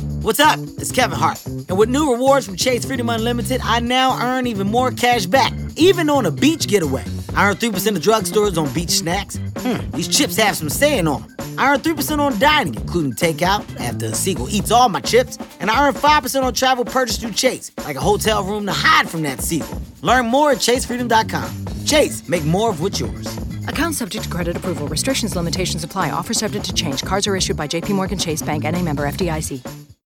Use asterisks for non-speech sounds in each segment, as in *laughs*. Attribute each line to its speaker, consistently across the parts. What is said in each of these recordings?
Speaker 1: What's up? It's Kevin Hart. And with new rewards from Chase Freedom Unlimited, I now earn even more cash back, even on a beach getaway. I earn 3% of drugstores on beach snacks. Hmm, these chips have some saying on them. I earn 3% on dining, including takeout, after a seagull eats all my chips. And I earn 5% on travel purchased through Chase, like a hotel room to hide from that seagull. Learn more at chasefreedom.com. Chase, make more of what's yours.
Speaker 2: Account subject to credit approval. Restrictions, limitations apply. Offer subject to change. Cards are issued by JPMorgan Chase Bank and a member FDIC.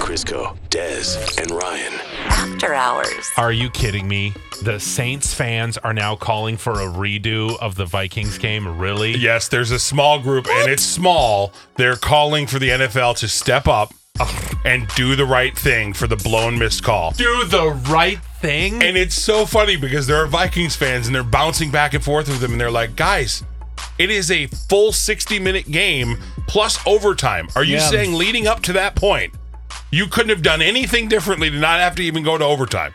Speaker 3: Crisco, Dez, and Ryan.
Speaker 4: After hours.
Speaker 5: Are you kidding me? The Saints fans are now calling for a redo of the Vikings game. Really?
Speaker 6: Yes, there's a small group, and it's small. They're calling for the NFL to step up and do the right thing for the blown missed call.
Speaker 5: Do the right thing?
Speaker 6: And it's so funny because there are Vikings fans, and they're bouncing back and forth with them, and they're like, guys, it is a full 60 minute game plus overtime. Are you
Speaker 7: Yeah.
Speaker 6: saying leading up to that point, you couldn't have done anything differently to not have to even go to overtime?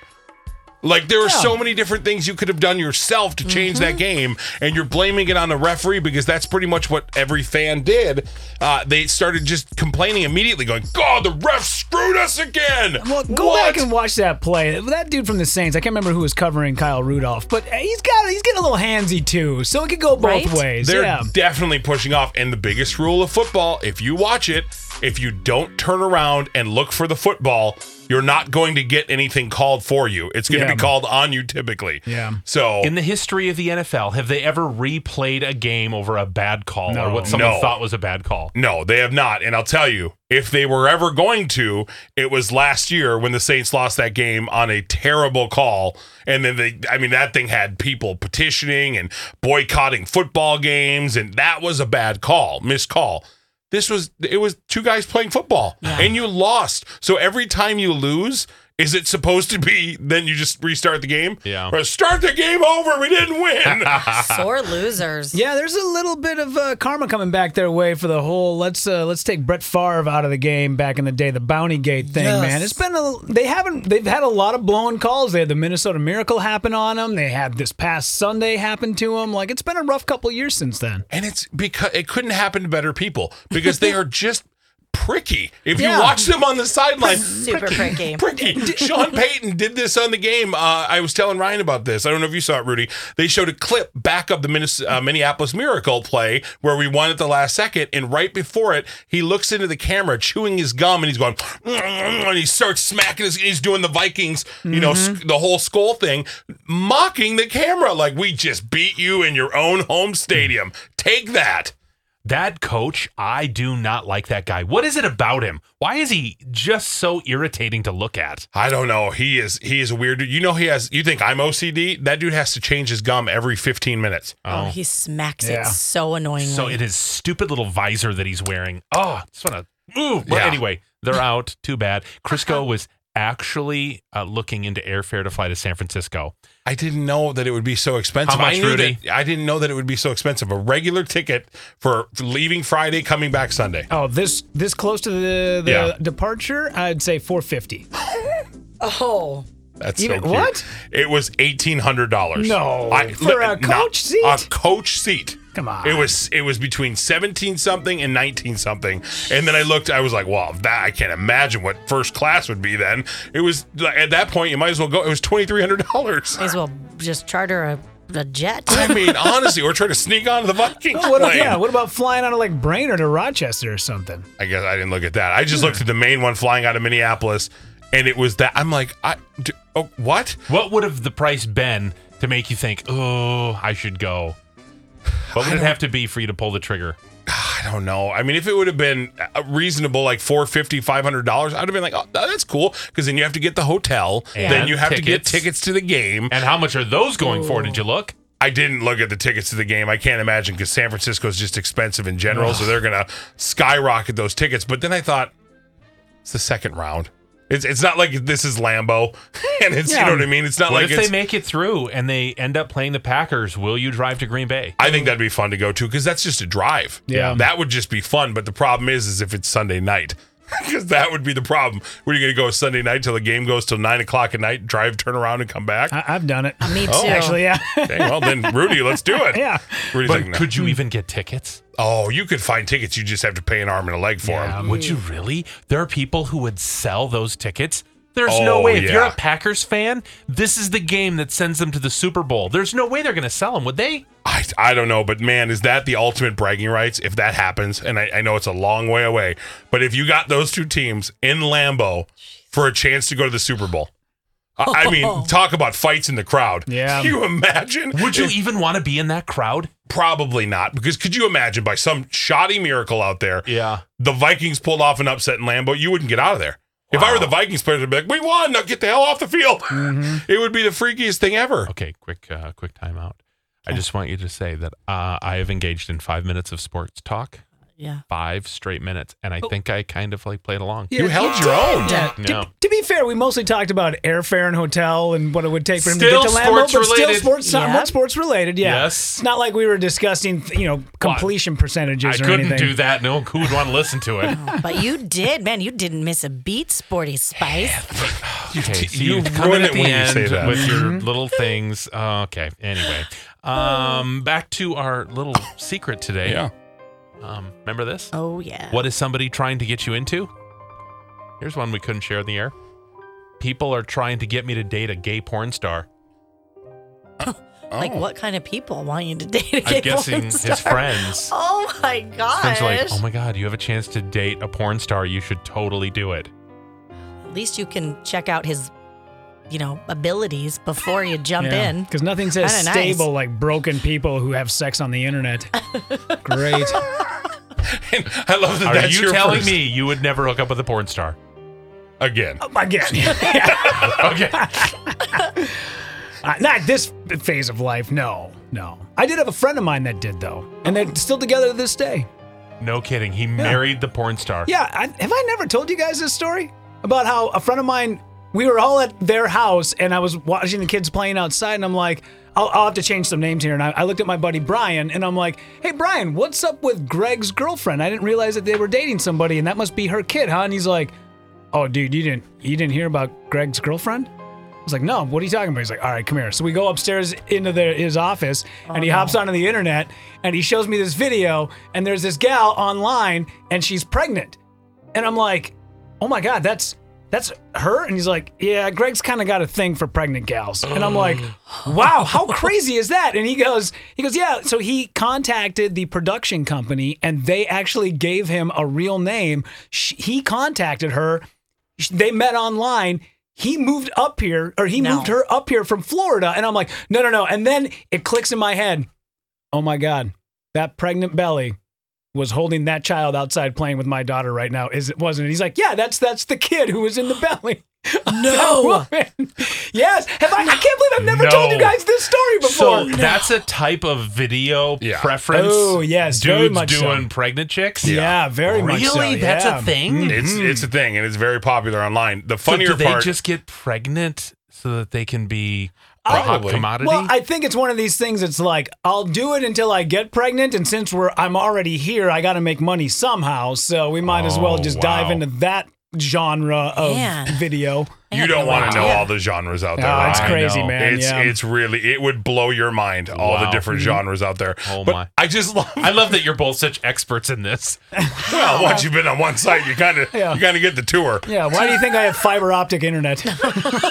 Speaker 6: Like there are so many different things you could have done yourself to change that game, and you're blaming it on the referee because that's pretty much what every fan did. Uh, they started just complaining immediately, going, "God, the ref screwed us again."
Speaker 8: Well, go
Speaker 6: What?
Speaker 8: back and watch that play. That dude from the Saints, I can't remember who was covering Kyle Rudolph, but eh, he's got he's getting a little handsy too, so it could go both
Speaker 9: Right?
Speaker 8: ways.
Speaker 6: They're
Speaker 8: yeah.
Speaker 6: definitely pushing off. And the biggest rule of football, if you watch it, if you don't turn around and look for the football, you're not going to get anything called for you. It's going to
Speaker 8: Yeah.
Speaker 6: be called on you typically.
Speaker 8: Yeah.
Speaker 6: So
Speaker 5: In the history of the NFL, have they ever replayed a game over a bad call or what someone
Speaker 6: No.
Speaker 5: thought was a bad call?
Speaker 6: no, they have not. And I'll tell you, if they were ever going to, it was last year when the Saints lost that game on a terrible call. And then they, I mean, that thing had people petitioning and boycotting football games. And that was a bad call, missed call. This was, it was two guys playing football and you lost. So every time you lose, is it supposed to be then you just restart the game?
Speaker 5: Yeah.
Speaker 6: Or start the game over. We didn't win.
Speaker 4: Sore losers.
Speaker 8: Yeah, there's a little bit of uh, karma coming back their way for the whole let's uh, let's take Brett Favre out of the game back in the day, the bounty gate thing,
Speaker 1: Yes.
Speaker 8: man. It's been a they haven't they've had a lot of blown calls. They had the Minnesota Miracle happen on them. They had this past Sunday happen to them. Like it's been a rough couple years since then.
Speaker 6: And it's because it couldn't happen to better people because they are just pricky. If
Speaker 8: Yeah.
Speaker 6: you watch them on the sideline,
Speaker 4: Super pricky.
Speaker 6: *laughs* pricky. Sean Payton did this on the game. Uh, I was telling Ryan about this. I don't know if you saw it, Rudy. They showed a clip back of the Minnes- uh, Minneapolis Miracle play where we won at the last second, and right before it, he looks into the camera, chewing his gum, and he's going, *laughs* and he starts smacking his. He's doing the Vikings, you know, sc- the whole skull thing, mocking the camera like we just beat you in your own home stadium. Take that.
Speaker 5: That coach, I do not like that guy. What is it about him? Why is he just so irritating to look at?
Speaker 6: I don't know. He is he is a weird dude. You know he has you think I'm OCD? That dude has to change his gum every 15 minutes.
Speaker 4: Oh, he smacks
Speaker 8: Yeah.
Speaker 4: it so annoyingly.
Speaker 5: Uh, So it is stupid little visor that he's wearing. Oh, just want to move. But
Speaker 6: Yeah.
Speaker 5: anyway, they're
Speaker 6: *laughs*
Speaker 5: out. Too bad. Crisco was actually uh, looking into airfare to fly to San Francisco.
Speaker 6: I didn't know that it would be so expensive.
Speaker 5: How much,
Speaker 6: I knew
Speaker 5: Rudy?
Speaker 6: that- I didn't know that it would be so expensive. A regular ticket for leaving Friday, coming back Sunday.
Speaker 8: Oh, this this close to the, the
Speaker 6: Yeah.
Speaker 8: departure, I'd say 450.
Speaker 4: oh.
Speaker 6: That's
Speaker 8: Even-
Speaker 6: so cute.
Speaker 8: what?
Speaker 6: It was eighteen hundred dollars.
Speaker 8: No, for a coach seat?
Speaker 6: A coach seat.
Speaker 8: Come on.
Speaker 6: It was it was between seventeen something and nineteen something. And then I looked. I was like, wow, that I can't imagine what first class would be. Then it was at that point you might as well go. It was twenty three hundred dollars. *laughs*
Speaker 4: May as well just charter a a jet.
Speaker 6: I mean, honestly, we're trying to sneak onto the Vikings
Speaker 8: Oh, what,
Speaker 6: plane.
Speaker 8: yeah, what about flying out of like Brainerd or Rochester or something?
Speaker 6: I guess I didn't look at that. I just looked at the main one flying out of Minneapolis, and it was that. I'm like, I, d- oh, what?
Speaker 5: What would have the price been to make you think, oh, I should go? What would
Speaker 6: I
Speaker 5: it
Speaker 6: don't-
Speaker 5: have to be for you to pull the trigger?
Speaker 6: I don't know. I mean, if it would have been uh, reasonable, like four fifty, five hundred dollars, I'd have been like, oh, that's cool, because then you have to get the hotel, then
Speaker 5: And
Speaker 6: you have to get
Speaker 5: tickets.
Speaker 6: tickets to the game.
Speaker 5: And how much are those going for? Did you look?
Speaker 6: I didn't look at the tickets to the game. I can't imagine because San Francisco is just expensive in general, so
Speaker 5: Ugh.
Speaker 6: they're gonna skyrocket those tickets. But then I thought it's the second round. It's it's not like this is Lambo, *laughs* and it's you know what I mean. It's not
Speaker 5: What
Speaker 6: like
Speaker 5: if
Speaker 6: it's,
Speaker 5: they make it through and they end up playing the Packers. Will you drive to Green Bay?
Speaker 6: I think that'd be fun to go to because that's just a drive.
Speaker 5: Yeah.
Speaker 6: that would just be fun. But the problem is, is if it's Sunday night, *laughs* because that would be the problem. Where you going to go Sunday night till the game goes till nine o'clock at night? Drive, turn around, and come back.
Speaker 8: I- I've done it.
Speaker 4: Me too.
Speaker 5: Oh.
Speaker 8: Actually, yeah.
Speaker 6: Dang, well then, Rudy, let's do it.
Speaker 8: Yeah.
Speaker 6: Rudy's
Speaker 5: But
Speaker 6: like, no.
Speaker 5: could you even get tickets?
Speaker 6: Oh, you could find tickets. You just have to pay an arm and a leg for
Speaker 5: Yeah,
Speaker 6: them.
Speaker 5: would you really? There are people who would sell those tickets. There's no
Speaker 6: Oh,
Speaker 5: way. If you're
Speaker 6: yeah.
Speaker 5: a Packers fan, this is the game that sends them to the Super Bowl. There's no way they're going to sell them, would they?
Speaker 6: I, I don't know, but man, is that the ultimate bragging rights if that happens? And I, I know it's a long way away, but if you got those two teams in Lambeau for a chance to go to the Super Bowl, I, I mean, talk about fights in the crowd.
Speaker 8: Yeah.
Speaker 6: Can you imagine?
Speaker 5: Would you
Speaker 6: If-
Speaker 5: even want to be in that crowd?
Speaker 6: Probably not, because could you imagine by some shoddy miracle out there,
Speaker 5: Yeah.
Speaker 6: the Vikings pulled off an upset in Lambeau, you wouldn't get out of there. If I were the Vikings players, I'd be like, "We won! Now get the hell off the field!" *laughs* It would be the freakiest thing ever.
Speaker 5: Mm-hmm.
Speaker 6: Oh.
Speaker 5: Okay, quick, uh, quick timeout. I just want you to say that uh, I have engaged in five minutes of sports talk,
Speaker 4: Yeah.
Speaker 5: five straight minutes, and I think I kind of like played along.
Speaker 6: You held your own.
Speaker 8: Oh. Yeah.
Speaker 5: No.
Speaker 8: To, to be *laughs* fair, we mostly talked about airfare and hotel and what it would take for him to
Speaker 5: Still
Speaker 8: get to Lambeau,
Speaker 5: sports
Speaker 8: but still
Speaker 5: related.
Speaker 8: sports,
Speaker 4: Yeah.
Speaker 8: somewhat sports related. Yeah,
Speaker 5: Yes.
Speaker 8: it's not like we were discussing, you know, completion percentages.
Speaker 5: I
Speaker 8: or
Speaker 5: couldn't
Speaker 8: anything.
Speaker 5: do that. No one would want to listen to it.
Speaker 4: But you did, man. You didn't miss a beat, Sporty Spice.
Speaker 5: Okay,
Speaker 6: t-
Speaker 5: so
Speaker 6: *laughs* you
Speaker 5: you come
Speaker 6: ruin
Speaker 5: in at
Speaker 6: it
Speaker 5: the
Speaker 6: when you say
Speaker 5: end
Speaker 6: that. Mm-hmm.
Speaker 5: with your little things. Uh, okay, anyway, um, back to our little secret today.
Speaker 6: Yeah.
Speaker 5: Um, remember this?
Speaker 4: Oh yeah.
Speaker 5: What is somebody trying to get you into? Here's one we couldn't share in the air. People are trying to get me to date a gay porn star.
Speaker 4: Like
Speaker 6: Oh.
Speaker 4: what kind of people want you to date a *laughs* gay
Speaker 5: I'm guessing
Speaker 4: porn
Speaker 5: his
Speaker 4: star?
Speaker 5: friends.
Speaker 4: Oh my
Speaker 5: His
Speaker 4: gosh.
Speaker 5: friends are like, oh my god, you have a chance to date a porn star. You should totally do it.
Speaker 4: At least you can check out his, you know, abilities before you jump in.
Speaker 8: because nothing says
Speaker 4: Kinda nice.
Speaker 8: stable Oh, like broken people who have sex on the internet. Great.
Speaker 6: And I love that.
Speaker 5: Are
Speaker 6: *laughs* that's
Speaker 5: you
Speaker 6: your
Speaker 5: telling
Speaker 6: first-
Speaker 5: me you would never hook up with a porn star?
Speaker 6: again?
Speaker 8: Oh
Speaker 5: *laughs*
Speaker 8: my god. Yeah.
Speaker 5: Okay.
Speaker 8: Uh, not this phase of life. No, no. I did have a friend of mine that did though, and they're still together to this day.
Speaker 5: no kidding. He married the porn star.
Speaker 8: Yeah, I, have I never told you guys this story about how a friend of mine? We were all at their house, and I was watching the kids playing outside, and I'm like, I'll, I'll have to change some names here. And I, I looked at my buddy Brian, and I'm like, Hey Brian, what's up with Greg's girlfriend? I didn't realize that they were dating somebody, and that must be her kid, huh? And he's like, Oh, dude, you didn't you didn't hear about Greg's girlfriend? I was like, no, what are you talking about? He's like, all right, come here. So we go upstairs into the, his office and he hops onto the internet and he shows me this video and there's this gal online and she's pregnant. And I'm like, oh my God, that's that's her? And he's like, yeah, Greg's kind of got a thing for pregnant gals. And I'm like, wow, how crazy is that? And he goes, he goes, yeah. So he contacted the production company and they actually gave him a real name. Sh he contacted her. Sh- They met online. He moved up here or he
Speaker 4: No.
Speaker 8: moved her up here from Florida. And I'm like, no, no, no. And then it clicks in my head. Oh my God, that pregnant belly was holding that child outside playing with my daughter right now is it wasn't it? he's like yeah that's that's the kid who was in the belly *laughs* no *laughs* yes have i i can't believe *laughs* i've never told you
Speaker 5: No.
Speaker 8: guys this story before
Speaker 5: So that's a type of video
Speaker 6: Yeah.
Speaker 5: preference.
Speaker 8: Oh, yes,
Speaker 5: dudes
Speaker 8: very much so.
Speaker 5: doing pregnant chicks.
Speaker 8: yeah. very
Speaker 5: really,
Speaker 8: much so,
Speaker 5: that's
Speaker 8: yeah.
Speaker 5: a thing.
Speaker 6: Mm, It's it's a thing, and it's very popular online. The
Speaker 5: So
Speaker 6: funnier
Speaker 5: do they
Speaker 6: part,
Speaker 5: just get pregnant so that they can be a
Speaker 8: I-
Speaker 5: hot
Speaker 6: Probably.
Speaker 5: commodity?
Speaker 8: well i think it's one of these things it's like i'll do it until i get pregnant and since we're i'm already here i gotta make money somehow so we might as well
Speaker 5: Oh,
Speaker 8: just
Speaker 5: wow.
Speaker 8: dive into that genre of
Speaker 4: Yeah.
Speaker 8: *laughs* video.
Speaker 6: You don't want to know all the genres out there.
Speaker 8: Oh,
Speaker 6: right?
Speaker 8: it's
Speaker 6: I
Speaker 8: crazy,
Speaker 6: know.
Speaker 8: man,
Speaker 6: It's
Speaker 8: yeah.
Speaker 6: it's really it would blow your mind all the
Speaker 5: Wow.
Speaker 6: different
Speaker 5: Mhm.
Speaker 6: genres out there.
Speaker 5: Oh
Speaker 6: But
Speaker 5: my.
Speaker 6: I just love
Speaker 5: I love that you're both such experts in this.
Speaker 6: *laughs* well, once you've been on one site, you kind
Speaker 8: *laughs*
Speaker 6: of
Speaker 8: Yeah.
Speaker 6: you kind of get the tour.
Speaker 8: Yeah, why do you think I have fiber optic internet?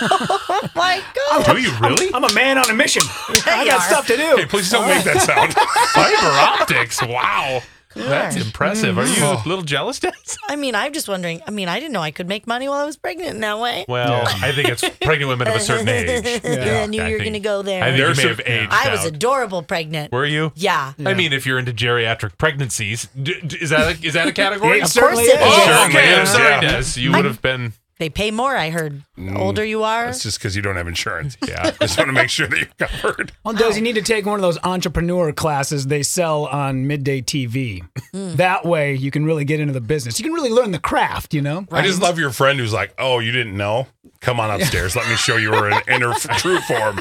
Speaker 4: my
Speaker 6: Do you
Speaker 5: *laughs*
Speaker 6: really?
Speaker 8: I'm, I'm a man on a
Speaker 6: *laughs*
Speaker 8: mission. I
Speaker 4: you are.
Speaker 8: got stuff to do.
Speaker 6: Hey, please don't make that
Speaker 5: *laughs*
Speaker 6: sound.
Speaker 5: Fiber optics. Wow. That's
Speaker 4: Gosh.
Speaker 5: impressive. Are you a
Speaker 6: Mm-hmm.
Speaker 5: little jealous, Dennis?
Speaker 4: I mean, I'm just wondering. I mean, I didn't know I could make money while I was pregnant in that way.
Speaker 5: Well, I think it's pregnant women of a
Speaker 4: *laughs*
Speaker 5: certain age.
Speaker 4: I knew
Speaker 5: I
Speaker 4: you were
Speaker 5: think-
Speaker 4: going to go there.
Speaker 5: I think
Speaker 6: There's
Speaker 5: you may
Speaker 6: some-
Speaker 5: have aged
Speaker 4: I was
Speaker 5: out.
Speaker 4: adorable pregnant.
Speaker 5: Were you?
Speaker 4: Yeah.
Speaker 5: I mean, if you're into geriatric pregnancies, d- d- is that a, is that a category?
Speaker 8: It certainly
Speaker 4: course it
Speaker 8: is.
Speaker 4: is.
Speaker 5: Oh,
Speaker 6: Certainly
Speaker 5: okay. I'm
Speaker 6: is,
Speaker 5: sorry,
Speaker 6: yeah.
Speaker 5: Dennis. You would have been.
Speaker 4: They pay more, I heard.
Speaker 5: Mm.
Speaker 4: The older you are.
Speaker 6: That's just because you don't have insurance.
Speaker 5: Yeah.
Speaker 6: just want to make sure that you're *laughs* covered.
Speaker 8: Well, does you need to take one of those entrepreneur classes they sell uh, on midday TV? That way, you can really get into the business. You can really learn the craft, you know.
Speaker 6: I just love your friend who's like, "Oh, you didn't know? Come on upstairs. Let me show you her in, in her f- true
Speaker 5: *laughs*
Speaker 6: form."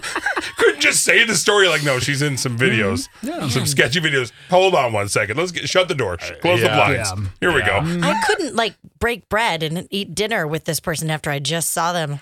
Speaker 6: Couldn't just say the story like, "No, she's in some videos, *laughs* some sketchy videos." Hold on one second. Let's get shut the door. Sh- Close
Speaker 5: yeah.
Speaker 6: the blinds.
Speaker 8: Yeah.
Speaker 6: Here we
Speaker 5: Yeah.
Speaker 6: go.
Speaker 4: I couldn't like break bread and eat dinner with this person after I just saw them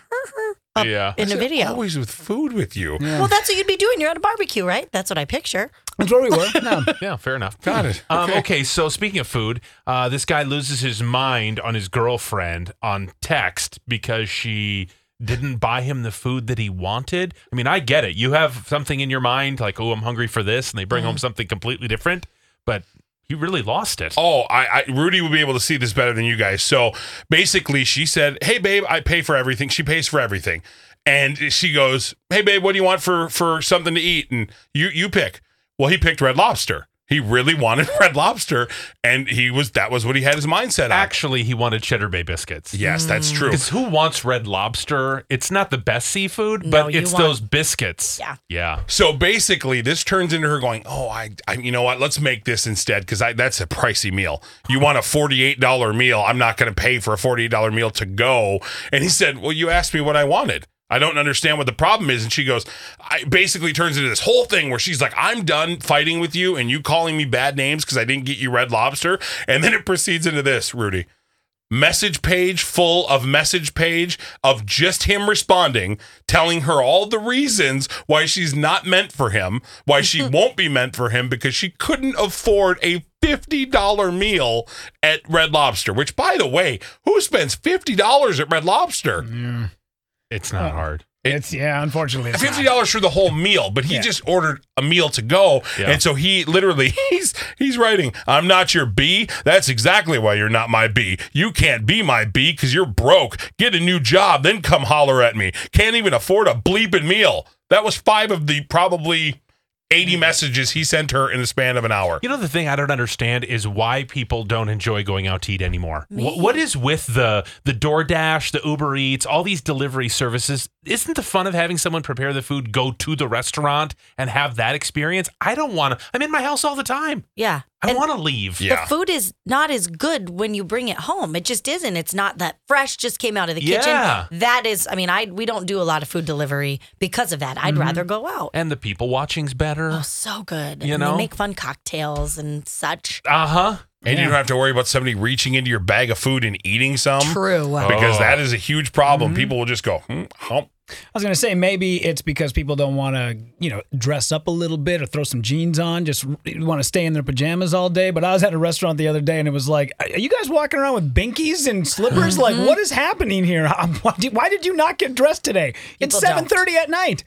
Speaker 4: up
Speaker 5: Yeah.
Speaker 4: in a video.
Speaker 6: Always with food with you.
Speaker 4: Well, that's what you'd be doing. You're at a barbecue, right? That's what I picture.
Speaker 8: That's where we were. No.
Speaker 5: Yeah, fair enough.
Speaker 6: Got it.
Speaker 5: Um, okay. so speaking of food, uh, this guy loses his mind on his girlfriend on text because she didn't buy him the food that he wanted. I mean, I get it. You have something in your mind, like, oh, I'm hungry for this, and they bring home something completely different, but he really lost it.
Speaker 6: Oh, I, I Rudy would be able to see this better than you guys. So basically, she said, "Hey, babe, I pay for everything." She pays for everything, and she goes, "Hey, babe, what do you want for for something to eat?" And you you pick. Well, he picked Red Lobster. He really wanted *laughs* Red Lobster, and he was that was what he had his mindset on.
Speaker 5: Actually, he wanted Cheddar Bay biscuits.
Speaker 6: yes, that's true.
Speaker 5: Because who wants red lobster? It's not the best seafood,
Speaker 4: No,
Speaker 5: but
Speaker 4: you
Speaker 5: it's
Speaker 4: want-
Speaker 5: those biscuits.
Speaker 4: Yeah.
Speaker 5: Yeah.
Speaker 6: So basically, this turns into her going, "Oh, I, I you know what? Let's make this instead because that's a pricey meal. You want a forty-eight dollar meal? I'm not going to pay for a forty-eight dollar meal to go." And he said, "Well, you asked me what I wanted." I don't understand what the problem is. And she goes, I basically turns into this whole thing where she's like, I'm done fighting with you and you calling me bad names because I didn't get you red lobster. And then it proceeds into this, Rudy message page full of message page of just him responding, telling her all the reasons why she's not meant for him, why she won't be meant for him because she couldn't afford a $50 meal at Red Lobster, which by the way, who spends $50 at Red Lobster?
Speaker 5: It's not hard.
Speaker 8: It's yeah. Unfortunately, it's
Speaker 6: Fifty
Speaker 8: not.
Speaker 6: dollars for the whole meal, but he
Speaker 8: Yeah.
Speaker 6: just ordered a meal to go,
Speaker 5: Yeah.
Speaker 6: and so he literally *laughs* he's he's writing, "I'm not your B. That's exactly why you're not my B. You can't be my B because you're broke. Get a new job, then come holler at me. Can't even afford a bleeping meal." That was five of the probably eighty messages he sent her in the span of an hour.
Speaker 5: You know the thing I don't understand is why people don't enjoy going out to eat anymore. What, what is with the the DoorDash, the Uber Eats, all these delivery services? Isn't the fun of having someone prepare the food, go to the restaurant, and have that experience? I don't want to. I'm in my house all the time.
Speaker 4: Yeah.
Speaker 5: I
Speaker 4: And
Speaker 5: want to leave.
Speaker 6: Yeah.
Speaker 4: The food is not as good when you bring it home. It just isn't. It's not that fresh. Just came out of the
Speaker 5: Yeah.
Speaker 4: kitchen. That is. I mean, I we don't do a lot of food delivery because of that. I'd rather go out.
Speaker 5: Mm-hmm. And the people watching's better.
Speaker 4: Oh, so good.
Speaker 5: You
Speaker 4: and
Speaker 5: know?
Speaker 4: they make fun cocktails and such.
Speaker 5: Uh huh.
Speaker 6: And you don't have to worry about somebody reaching into your bag of food and eating some.
Speaker 4: True.
Speaker 6: Because
Speaker 5: Oh.
Speaker 6: that is a huge
Speaker 5: Mm-hmm.
Speaker 6: problem. People will just go, hmm, hump.
Speaker 8: I was gonna say maybe it's because people don't want to, you know, dress up a little bit or throw some jeans on. Just want to stay in their pajamas all day. But I was at a restaurant the other day, and it was like, are you guys walking around with binkies and slippers? like, what is happening here? *laughs* Why did, why did you not get dressed today? It's
Speaker 4: People
Speaker 8: seven
Speaker 4: don't.
Speaker 8: thirty at night.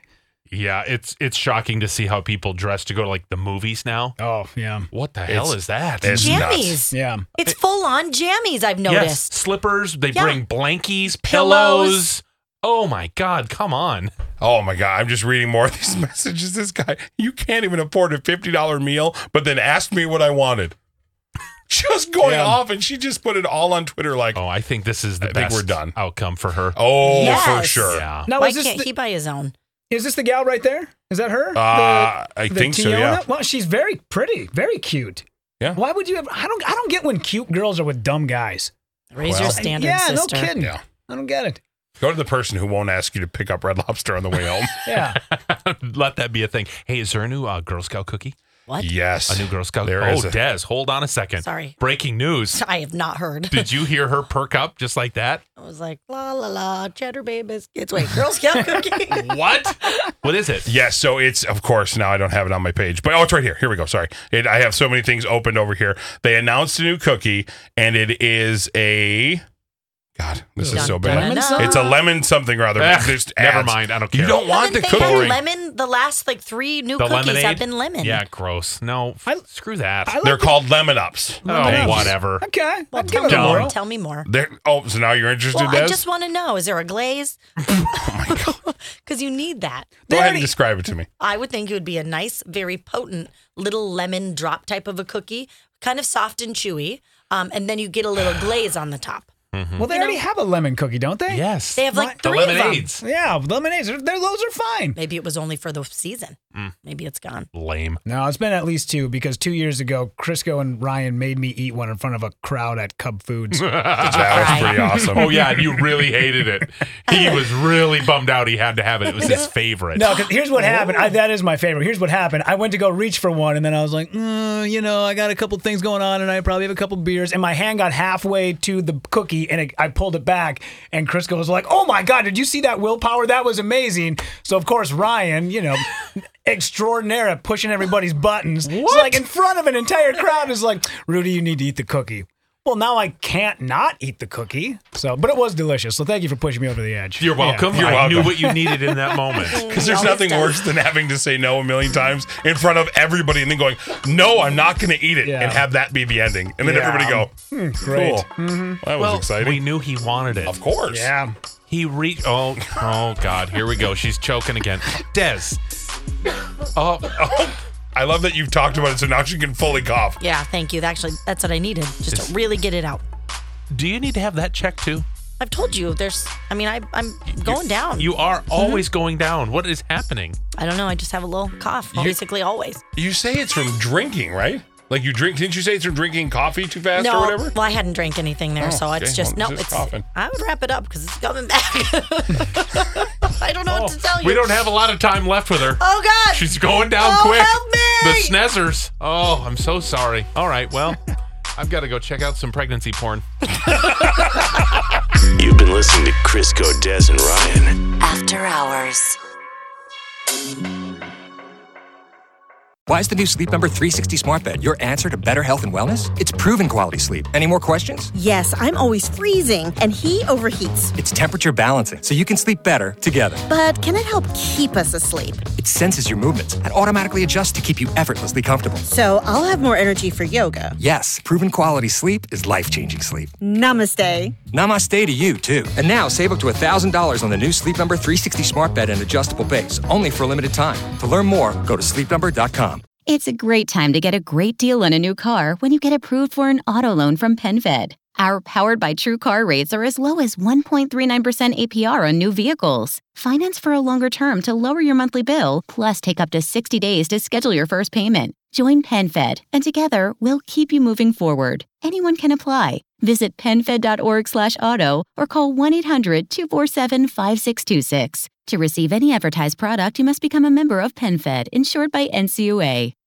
Speaker 5: Yeah, it's it's shocking to see how people dress to go to like the movies now.
Speaker 8: Oh yeah,
Speaker 5: What the hell is that?
Speaker 6: it's nuts.
Speaker 4: Jammies.
Speaker 8: yeah.
Speaker 4: It's full on jammies. I've
Speaker 5: Yes,
Speaker 4: noticed.
Speaker 5: slippers. They
Speaker 4: Yeah.
Speaker 5: bring blankies,
Speaker 4: Pillows.
Speaker 5: pillows. Oh my God! Come on.
Speaker 6: Oh my God, I'm just reading more of these *laughs* messages. This guy, you can't even afford a $50 meal, but then asked me what I wanted. *laughs* Just going
Speaker 8: Yeah.
Speaker 6: off, and she just put it all on Twitter like, oh,
Speaker 5: Oh, I think this is the
Speaker 6: I think
Speaker 5: best
Speaker 6: we're done.
Speaker 5: outcome for her.
Speaker 6: "Oh, for
Speaker 4: Yes.
Speaker 6: sure.
Speaker 5: Yeah.
Speaker 8: Now
Speaker 4: Why
Speaker 8: is this
Speaker 4: can't
Speaker 8: the,
Speaker 4: he buy his own?
Speaker 8: is this the gal right there? Is that her?
Speaker 6: Uh,
Speaker 8: The
Speaker 6: I think so,
Speaker 8: Tiona?
Speaker 6: yeah.
Speaker 8: Well, she's very pretty, very cute.
Speaker 6: Yeah.
Speaker 8: Why would you ever? I don't. I don't get when cute girls are with dumb guys.
Speaker 4: Raise
Speaker 6: Well-
Speaker 4: your standards,
Speaker 8: yeah,
Speaker 4: sister.
Speaker 8: no kidding.
Speaker 6: Yeah.
Speaker 8: I don't get it.
Speaker 6: Go to the person who won't ask you
Speaker 5: *laughs*
Speaker 6: to pick up Red Lobster on the way home.
Speaker 8: Yeah.
Speaker 5: Let that be a thing. Hey, is there a new uh, Girl Scout cookie?
Speaker 4: What?
Speaker 6: Yes.
Speaker 5: A new Girl Scout.
Speaker 6: There
Speaker 5: oh,
Speaker 6: is a-
Speaker 5: Des, hold on a second.
Speaker 4: Sorry.
Speaker 5: Breaking news.
Speaker 4: *laughs* I have not heard.
Speaker 5: Did you hear her perk up just like that?
Speaker 4: I was like, la la la, cheddar bay biscuits. Wait, Girl Scout cookie.
Speaker 5: what? What is it?
Speaker 6: Yes, so it's of course now I don't have it on my page, but oh, it's right here. Here we go. Sorry, it, I have so many things opened over here. They announced a new cookie, and it is a God. This is so bad.
Speaker 4: Lemon something?
Speaker 6: It's a lemon something rather.
Speaker 5: Ugh,
Speaker 6: There's
Speaker 5: never
Speaker 6: ads.
Speaker 5: mind, I don't
Speaker 6: You
Speaker 5: care.
Speaker 6: don't want
Speaker 4: Lemon-
Speaker 6: the
Speaker 4: they had
Speaker 6: cookie.
Speaker 4: lemon. The last like three new
Speaker 5: the
Speaker 4: cookies
Speaker 5: lemonade?
Speaker 4: have been lemon.
Speaker 5: Yeah, gross. No, screw that.
Speaker 6: They're called lemon ups.
Speaker 5: oh, whatever.
Speaker 8: Okay.
Speaker 4: Well, tell,
Speaker 6: it
Speaker 4: me
Speaker 6: a
Speaker 4: more.
Speaker 6: whirl.
Speaker 4: tell me more.
Speaker 6: They're, oh, so now you're interested,
Speaker 4: Well,
Speaker 6: Des?
Speaker 4: I just want to know: is there a glaze? *laughs* Because you need that.
Speaker 6: go ahead and describe it to me.
Speaker 4: I would think it would be a nice, very potent little lemon drop type of a cookie, kind of soft and chewy, um, and then you get a little glaze on the top.
Speaker 8: Well, they already have a lemon cookie, don't they?
Speaker 5: Yes.
Speaker 4: They have like
Speaker 5: The
Speaker 4: three
Speaker 5: lemonades.
Speaker 4: Of
Speaker 8: Yeah, lemonades. They're, they're- those are fine.
Speaker 4: them. Maybe it was only for the season. Maybe it's gone.
Speaker 5: Lame.
Speaker 8: No, it's been at least two because two years ago, Crisco and Ryan made me eat one in front of a crowd at
Speaker 5: *laughs*
Speaker 8: Cub Foods.
Speaker 6: That was pretty awesome.
Speaker 5: Oh yeah, and you really hated *laughs* it. He was really bummed out he had to have it. It was his favorite.
Speaker 8: No, because here's what happened. I, that is my favorite. Here's what happened. I went to go reach for one, and then I was like, "Mm, you know, I got a couple things going on, and I probably have a couple beers. And my hand got halfway to the cookie, and it, I pulled it back. And Crisco was like, "Oh my god, did you see that willpower? That was amazing." So of course Ryan, you know. Extraordinaire at pushing everybody's buttons. It's like in front of an entire crowd is like, Rudy, you need to eat the cookie. Well, now I can't not eat the cookie. So, but it was delicious. So thank you for pushing me over the edge.
Speaker 5: You're
Speaker 8: Yeah.
Speaker 5: welcome.
Speaker 6: You're
Speaker 5: I
Speaker 6: welcome.
Speaker 5: knew
Speaker 6: *laughs*
Speaker 5: what you needed in that moment.
Speaker 6: Because there's nothing worse than having to say no a million times in front of everybody and then going, no, I'm not going to eat it,
Speaker 8: Yeah.
Speaker 6: and have that be the ending. And then
Speaker 8: Yeah.
Speaker 6: everybody go,
Speaker 8: Hmm, great.
Speaker 6: cool. That was
Speaker 5: well,
Speaker 6: exciting.
Speaker 5: we knew he wanted it.
Speaker 6: of course.
Speaker 8: Yeah.
Speaker 5: He re oh oh god, here we go. She's choking again. Des. Oh,
Speaker 6: I love that you've talked about it, so now she can fully cough.
Speaker 4: Yeah, thank you. Actually, that's what I needed, just to really get it out.
Speaker 5: do you need to have that check too?
Speaker 4: I've told you, there's. I mean, I, I'm going down.
Speaker 5: You are always going down. What is happening?
Speaker 4: I don't know. I just have a little cough, basically always.
Speaker 6: You say it's from drinking, right? Like you drink, didn't you say it's from drinking coffee too fast
Speaker 4: no,
Speaker 6: or whatever?
Speaker 4: well, I hadn't drank anything there,
Speaker 6: Oh,
Speaker 4: so it's
Speaker 6: okay.
Speaker 4: just
Speaker 6: Well,
Speaker 4: no.
Speaker 6: just
Speaker 4: It's.
Speaker 6: coughing.
Speaker 4: I would wrap it up because it's coming back. *laughs* I don't know what
Speaker 6: Oh,
Speaker 4: to tell you.
Speaker 5: We don't have a lot of time left with her.
Speaker 4: Oh God!
Speaker 5: She's going
Speaker 6: *laughs*
Speaker 5: down
Speaker 4: Oh,
Speaker 5: quick.
Speaker 4: help me!
Speaker 5: The snezzers. Oh, I'm so sorry. All right,
Speaker 6: *laughs*
Speaker 5: well, I've got to go check out some pregnancy porn.
Speaker 3: You've been listening to Crisco, Des, and Ryan.
Speaker 10: After Hours.
Speaker 11: Why is the new Sleep Number 360 smart bed your answer to better health and wellness? It's proven quality sleep. Any more questions?
Speaker 12: Yes, I'm always freezing, and he overheats.
Speaker 11: It's temperature balancing, so you can sleep better together.
Speaker 12: But can it help keep us asleep?
Speaker 11: It senses your movements and automatically adjusts to keep you effortlessly comfortable.
Speaker 12: So I'll have more energy for yoga.
Speaker 11: Yes, proven quality sleep is life changing sleep.
Speaker 12: Namaste.
Speaker 11: Namaste to you, too. And now save up to $1,000 on the new Sleep Number 360 smart bed and adjustable base, only for a limited time. To learn more, go to sleepnumber.com.
Speaker 13: It's a great time to get a great deal on a new car when you get approved for an auto loan from PenFed. Our powered by true car rates are as low as 1.39% APR on new vehicles. Finance for a longer term to lower your monthly bill, plus take up to 60 days to schedule your first payment. Join PenFed, and together we'll keep you moving forward. Anyone can apply. Visit penfed.org slash auto or call 1-800-247-5626. To receive any advertised product, you must become a member of PenFed, insured by NCUA.